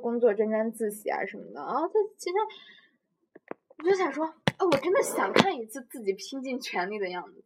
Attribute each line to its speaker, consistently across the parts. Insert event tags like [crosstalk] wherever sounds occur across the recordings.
Speaker 1: 工作沾沾自喜啊什么的啊。他其实我就想说，啊，我真的想看一次自己拼尽全力的样子。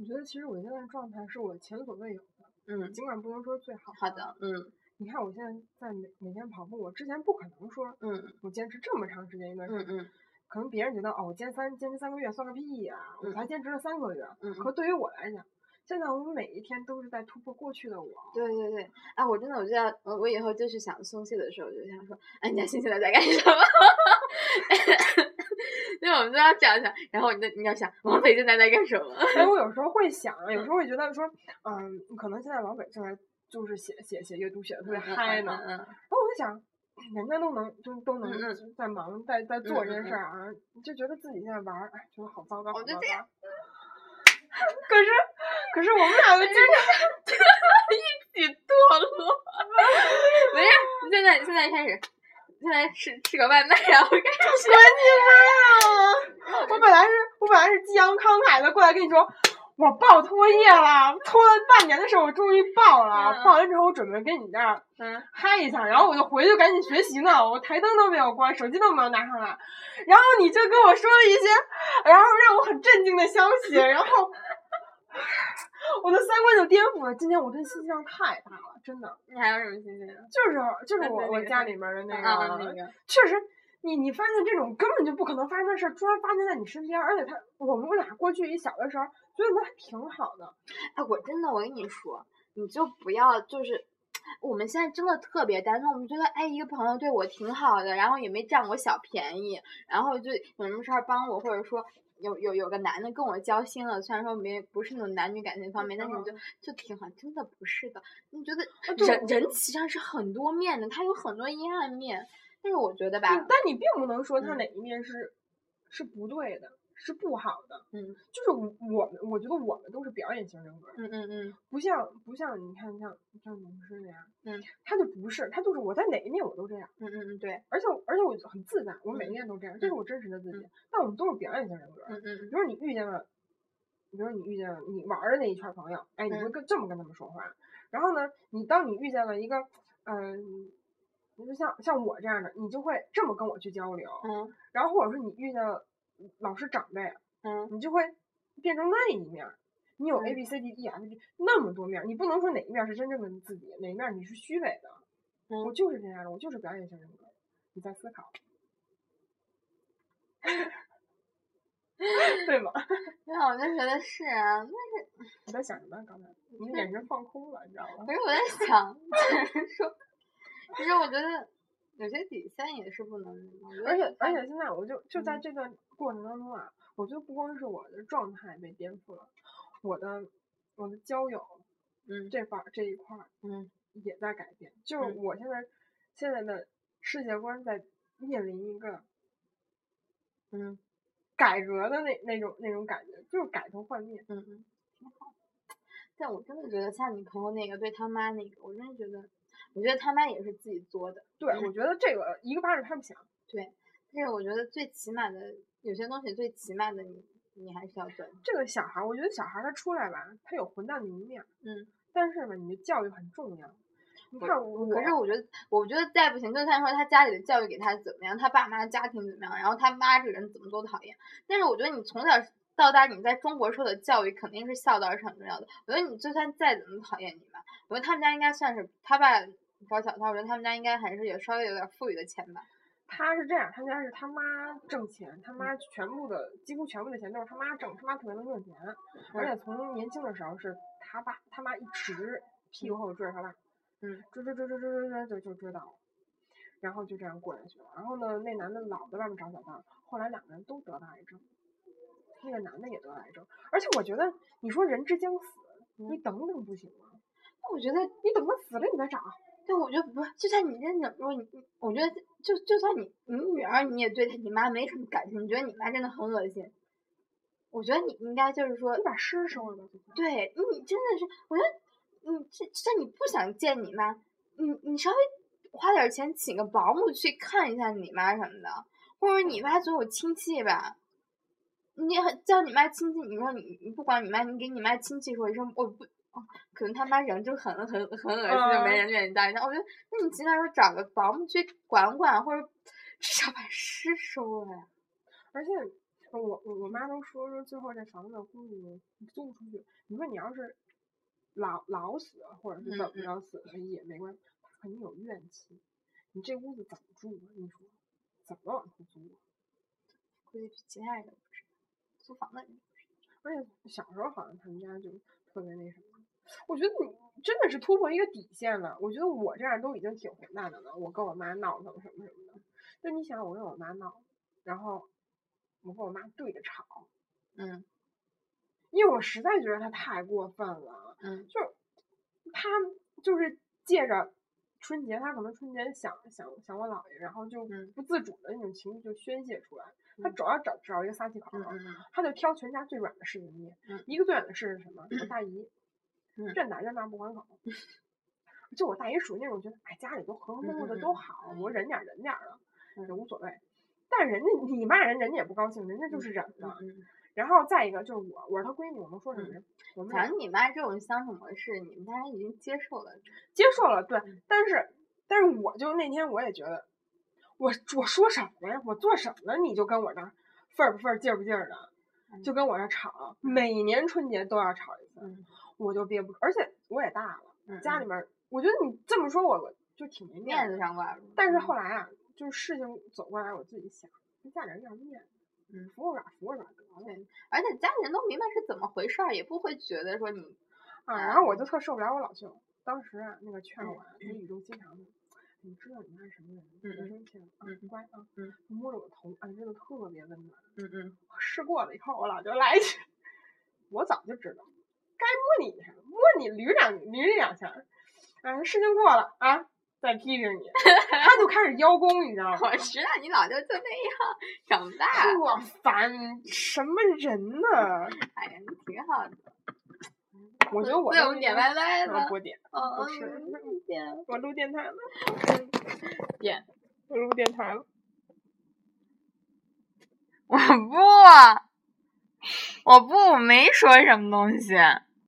Speaker 2: 我觉得其实我现在的状态是我前所未有的，
Speaker 1: 嗯，
Speaker 2: 尽管不能说最好。
Speaker 1: 好。的，嗯
Speaker 2: 你看我现在在每每天跑步，我之前不可能说
Speaker 1: 嗯
Speaker 2: 我坚持这么长时间一段时
Speaker 1: 嗯
Speaker 2: 间，
Speaker 1: 嗯
Speaker 2: 可能别人觉得哦，我坚三坚持三个月算个屁呀、我
Speaker 1: 嗯
Speaker 2: 才坚持了三个月。
Speaker 1: 嗯，
Speaker 2: 可对于我来讲，现在我每一天都是在突破过去的
Speaker 1: [laughs]
Speaker 2: 我。
Speaker 1: 对对对，啊，我真的我就要，我我以后就是想松懈的时候，我就想说，哎，你家新西兰在干什么？ [laughs] 对，我们都要这样想，然后你就你要想，王菲现在在干什 [laughs] 么？
Speaker 2: 所以我有时候会想，有时候会觉得说，嗯，可能现在王北正在就是写写写阅读写的特别嗨呢，然
Speaker 1: 嗯嗯
Speaker 2: 后我就想，人家都能就都能
Speaker 1: 嗯嗯
Speaker 2: 就在忙在在做
Speaker 1: 嗯
Speaker 2: 这件
Speaker 1: 嗯
Speaker 2: 事儿啊，就觉得自己现在玩儿，哎，觉得好糟糕，
Speaker 1: 我
Speaker 2: 好
Speaker 1: 就
Speaker 2: 糟
Speaker 1: 这
Speaker 2: 糕。 [laughs] 可是，可是我们俩的经
Speaker 1: 一起堕落。 [laughs] 没事，现在现在开始，现在吃吃个外卖，啊然后开始。
Speaker 2: 历，啊我本来是我本来是激昂慷慨的过来跟你说。我报托业了，拖了半年的时候，我终于报了。
Speaker 1: 嗯嗯
Speaker 2: 报完之后，我准备跟你这儿
Speaker 1: 嗯，
Speaker 2: 嗨一下，然后我就回去赶紧学习呢，我台灯都没有关，手机都没有拿上来，然后你就跟我说了一些，然后让我很震惊的消息，然后我的三观就颠覆了。今天我对信息量太大了，真的，
Speaker 1: 你还有什么信息？
Speaker 2: 就是就是我
Speaker 1: 那那
Speaker 2: 我
Speaker 1: 个
Speaker 2: 家里面的那
Speaker 1: 啊啊
Speaker 2: 个，
Speaker 1: 那个，
Speaker 2: 确实。你你发现这种根本就不可能发生的事儿，突然发生在你身边，而且他我们俩过去一小的时候觉得还挺好的，
Speaker 1: 哎，我真的，我跟你说，你就不要就是。我们现在真的特别单纯，我们觉得哎，一个朋友对我挺好的，然后也没占我小便宜，然后就有什么事儿帮我，或者说有有有个男的跟我交心了，虽然说没不是那种男女感情方面，但是我就就挺好，真的不是的。你觉得
Speaker 2: 啊对
Speaker 1: 人人其实上是很多面的，他有很多阴暗面，但是我觉得吧，
Speaker 2: 嗯但你并不能说它
Speaker 1: 嗯
Speaker 2: 哪一面是、是不对的，是不好的。
Speaker 1: 嗯，
Speaker 2: 就是我我们，我觉得我们都是表演型人格，
Speaker 1: 嗯嗯嗯
Speaker 2: 不像不像你看像像农师那样，
Speaker 1: 嗯，
Speaker 2: 他就不是，他就是我在哪一面我都这样，
Speaker 1: 嗯嗯嗯，对，
Speaker 2: 而且我而且我很自在，我每一
Speaker 1: 嗯
Speaker 2: 面都这样，这是
Speaker 1: 嗯
Speaker 2: 我真实的自己。
Speaker 1: 嗯
Speaker 2: 但我们都是表演型人格，
Speaker 1: 嗯嗯
Speaker 2: 比如你遇见了，比如你遇见了你玩儿的那一圈儿朋友，哎，你会
Speaker 1: 嗯
Speaker 2: 跟、这么跟他们说话。然后呢，你当你遇见了一个，嗯、你就像像我这样的，你就会这么跟我去交流。
Speaker 1: 嗯
Speaker 2: 然后或者说你遇见了老师长辈，啊
Speaker 1: 嗯
Speaker 2: 你就会变成那一面儿。你有
Speaker 1: 嗯
Speaker 2: A B C D E F G 那么多面儿，你不能说哪一面儿是真正的自己，哪一面儿你是虚伪的。
Speaker 1: 嗯
Speaker 2: 我就是这样的，我就是表演型人格。你在思考，对吗？
Speaker 1: 嗯，对，我就觉得是啊，
Speaker 2: 你在想什么？刚才你的眼神放空了，你知道吗？
Speaker 1: 可是我在想，就是 [laughs] 说，其实我觉得有些底线也是不能的。我觉得
Speaker 2: 而且
Speaker 1: 底
Speaker 2: 而
Speaker 1: 线
Speaker 2: 且现在我就就在
Speaker 1: 嗯
Speaker 2: 这个过程当中啊，我觉得不光是我的状态被颠覆了，我的我的交友
Speaker 1: 嗯
Speaker 2: 这方这一块儿
Speaker 1: 嗯
Speaker 2: 也在改变。就是
Speaker 1: 嗯
Speaker 2: 我现在现在的世界观在面临一个
Speaker 1: 嗯
Speaker 2: 改革的那那种那种感觉，就是改头换面。
Speaker 1: 嗯，嗯，挺好。但我真的觉得像你朋友那个对他妈那个，我真的觉得，我觉得他妈也是自己作的。
Speaker 2: 对，我觉得这个一个巴掌拍不响。
Speaker 1: 但是我觉得最起码的有些东西，最起码的你你还是要做的。
Speaker 2: 这个小孩儿，我觉得小孩儿他出来吧，他有混蛋的一面儿，
Speaker 1: 嗯，
Speaker 2: 但是吧，你的教育很重要。你
Speaker 1: 我
Speaker 2: 看我，
Speaker 1: 可是我觉得，我觉得再不行，就算说他家里的教育给他怎么样，他爸妈的家庭怎么样，然后他妈这个人怎么多讨厌。但是我觉得你从小到大，你在中国受的教育肯定是孝道是很重要的。我觉得你就算再怎么讨厌你妈，我觉得他们家应该算是他爸搞小涛，我觉得他们家应该还是有稍微有点富裕的钱吧。
Speaker 2: 他是这样，他家是他妈挣钱，
Speaker 1: 嗯
Speaker 2: 他妈全部的几乎全部的钱都是他妈挣，他妈特别能挣钱，而且从年轻的时候是他爸他妈一直屁股后追着他爸，
Speaker 1: 嗯，
Speaker 2: 追追追追追追追就就追到了，然后就这样过下去了。然后呢，那男的老在外面找小三儿，后来两个人都得了癌症，那个男的也得了癌症，而且我觉得你说人之将死，你
Speaker 1: 嗯
Speaker 2: 等等不行吗？
Speaker 1: 那我觉得
Speaker 2: 你等他死了你再找，
Speaker 1: 对，我觉得不是，就算你真的，如果你，我觉得就就算你你女儿，你也对她你妈没什么感情，你觉得你妈真的很恶心。我觉得你应该就是说
Speaker 2: 你，把尸收了吧。就行
Speaker 1: 对你真的是，我觉得你这这你不想见你妈，你你稍微花点儿钱请个保姆去看一下你妈什么的，或者你妈总有亲戚吧。你很叫你妈亲戚，你说你你不管你妈，你给你妈亲戚说一声，我不，哦可能他妈人就很很很恶心，就没人愿意搭理他。我觉得，那你起码说找个保姆去管管，或者至少把尸收了呀。
Speaker 2: 而且呃我我我妈都说说最后这房子估计租不出去。你说你要是老老死了或者是怎么着死了也没关系，他肯定有怨气。你这屋子怎么住啊？你说怎么往出租啊？
Speaker 1: 估计其他人都不知道，租房的人都不知道。
Speaker 2: 而且小时候好像他们家就特别那什么，我觉得你真的是突破一个底线了。我觉得我这样都已经挺混蛋的了，我跟我妈闹腾什么什么的。就你想，我跟我妈闹，然后我跟我妈对着吵，
Speaker 1: 嗯
Speaker 2: 因为我实在觉得她太过分了。
Speaker 1: 嗯
Speaker 2: 就是她就是借着春节，她可能春节想想想我姥爷，然后就
Speaker 1: 嗯
Speaker 2: 不自主的那种情绪就宣泄出来。她
Speaker 1: 嗯
Speaker 2: 总要找找一个撒气口儿，
Speaker 1: 嗯嗯
Speaker 2: 他就挑全家最软的柿子捏。
Speaker 1: 嗯
Speaker 2: 一个最软的柿是什么？我大姨，
Speaker 1: 嗯
Speaker 2: 认打认骂不
Speaker 1: [laughs]
Speaker 2: 还口。就我大姨属于那种觉得，哎，家里都和和睦睦的
Speaker 1: 嗯嗯
Speaker 2: 都
Speaker 1: 嗯
Speaker 2: 好，我忍点儿忍点儿了，
Speaker 1: 嗯
Speaker 2: 也无所谓。但是人家你骂人，人家也不高兴，人家就是忍
Speaker 1: 嗯
Speaker 2: 了。
Speaker 1: 嗯
Speaker 2: 然后再一个就是我，我是她闺女，我能说什么人？我
Speaker 1: 嗯。
Speaker 2: 们
Speaker 1: 反
Speaker 2: 俩
Speaker 1: 正你妈这种相处模式，你们家人已经接受了。
Speaker 2: 接受了，对
Speaker 1: 嗯。
Speaker 2: 但是，但是我就那天我也觉得，我我说什么呀？我做什么了？你就跟我这儿份儿不份儿、劲儿不劲儿的，就跟我这儿吵。每年春节都要吵一次。
Speaker 1: 嗯
Speaker 2: 我就憋不住，而且我也大了，
Speaker 1: 嗯，
Speaker 2: 家里面儿，我觉得你这么说我，我就挺没面
Speaker 1: 面
Speaker 2: 子
Speaker 1: 子
Speaker 2: 的。
Speaker 1: 上挂不住。
Speaker 2: 但是
Speaker 1: 嗯
Speaker 2: 后来啊，就是事情走过来，我自己想，跟家里人要面子，
Speaker 1: 嗯
Speaker 2: 服我软，服我软得了
Speaker 1: 对而且家里人都明白是怎么回事儿，也不会觉得说你
Speaker 2: 啊。然后我就特受不了我老舅，当时啊，那个劝我啊，他语重心长的。你知道你妈是什么人吗？
Speaker 1: 嗯
Speaker 2: 别
Speaker 1: 嗯
Speaker 2: 生气了啊，
Speaker 1: 嗯
Speaker 2: 乖啊，
Speaker 1: 嗯，
Speaker 2: 摸着我头，哎，真的特别温暖。
Speaker 1: 嗯嗯
Speaker 2: 我试过了以后，我老舅来一句， [laughs] 我早就知道，该摸你一下，摸你捋两捋你两下，啊，事情过了啊，再
Speaker 1: [laughs]
Speaker 2: 批评你，他就开始邀功，你知道吗？
Speaker 1: 我知道你老舅就那样，长大，啊
Speaker 2: 特烦，什么人
Speaker 1: [laughs]
Speaker 2: 呢？
Speaker 1: 哎呀，你挺好的。
Speaker 2: 我觉得我
Speaker 1: 对，
Speaker 2: 录
Speaker 1: 我们点
Speaker 2: 电
Speaker 1: 外卖
Speaker 2: 台
Speaker 1: 吧
Speaker 2: 啊，。我点，
Speaker 1: 嗯
Speaker 2: 不是
Speaker 1: 嗯，点
Speaker 2: 我录电台了， [laughs]
Speaker 1: 点，
Speaker 2: 我录电台了。
Speaker 3: 我不，我不，我没说什么东西。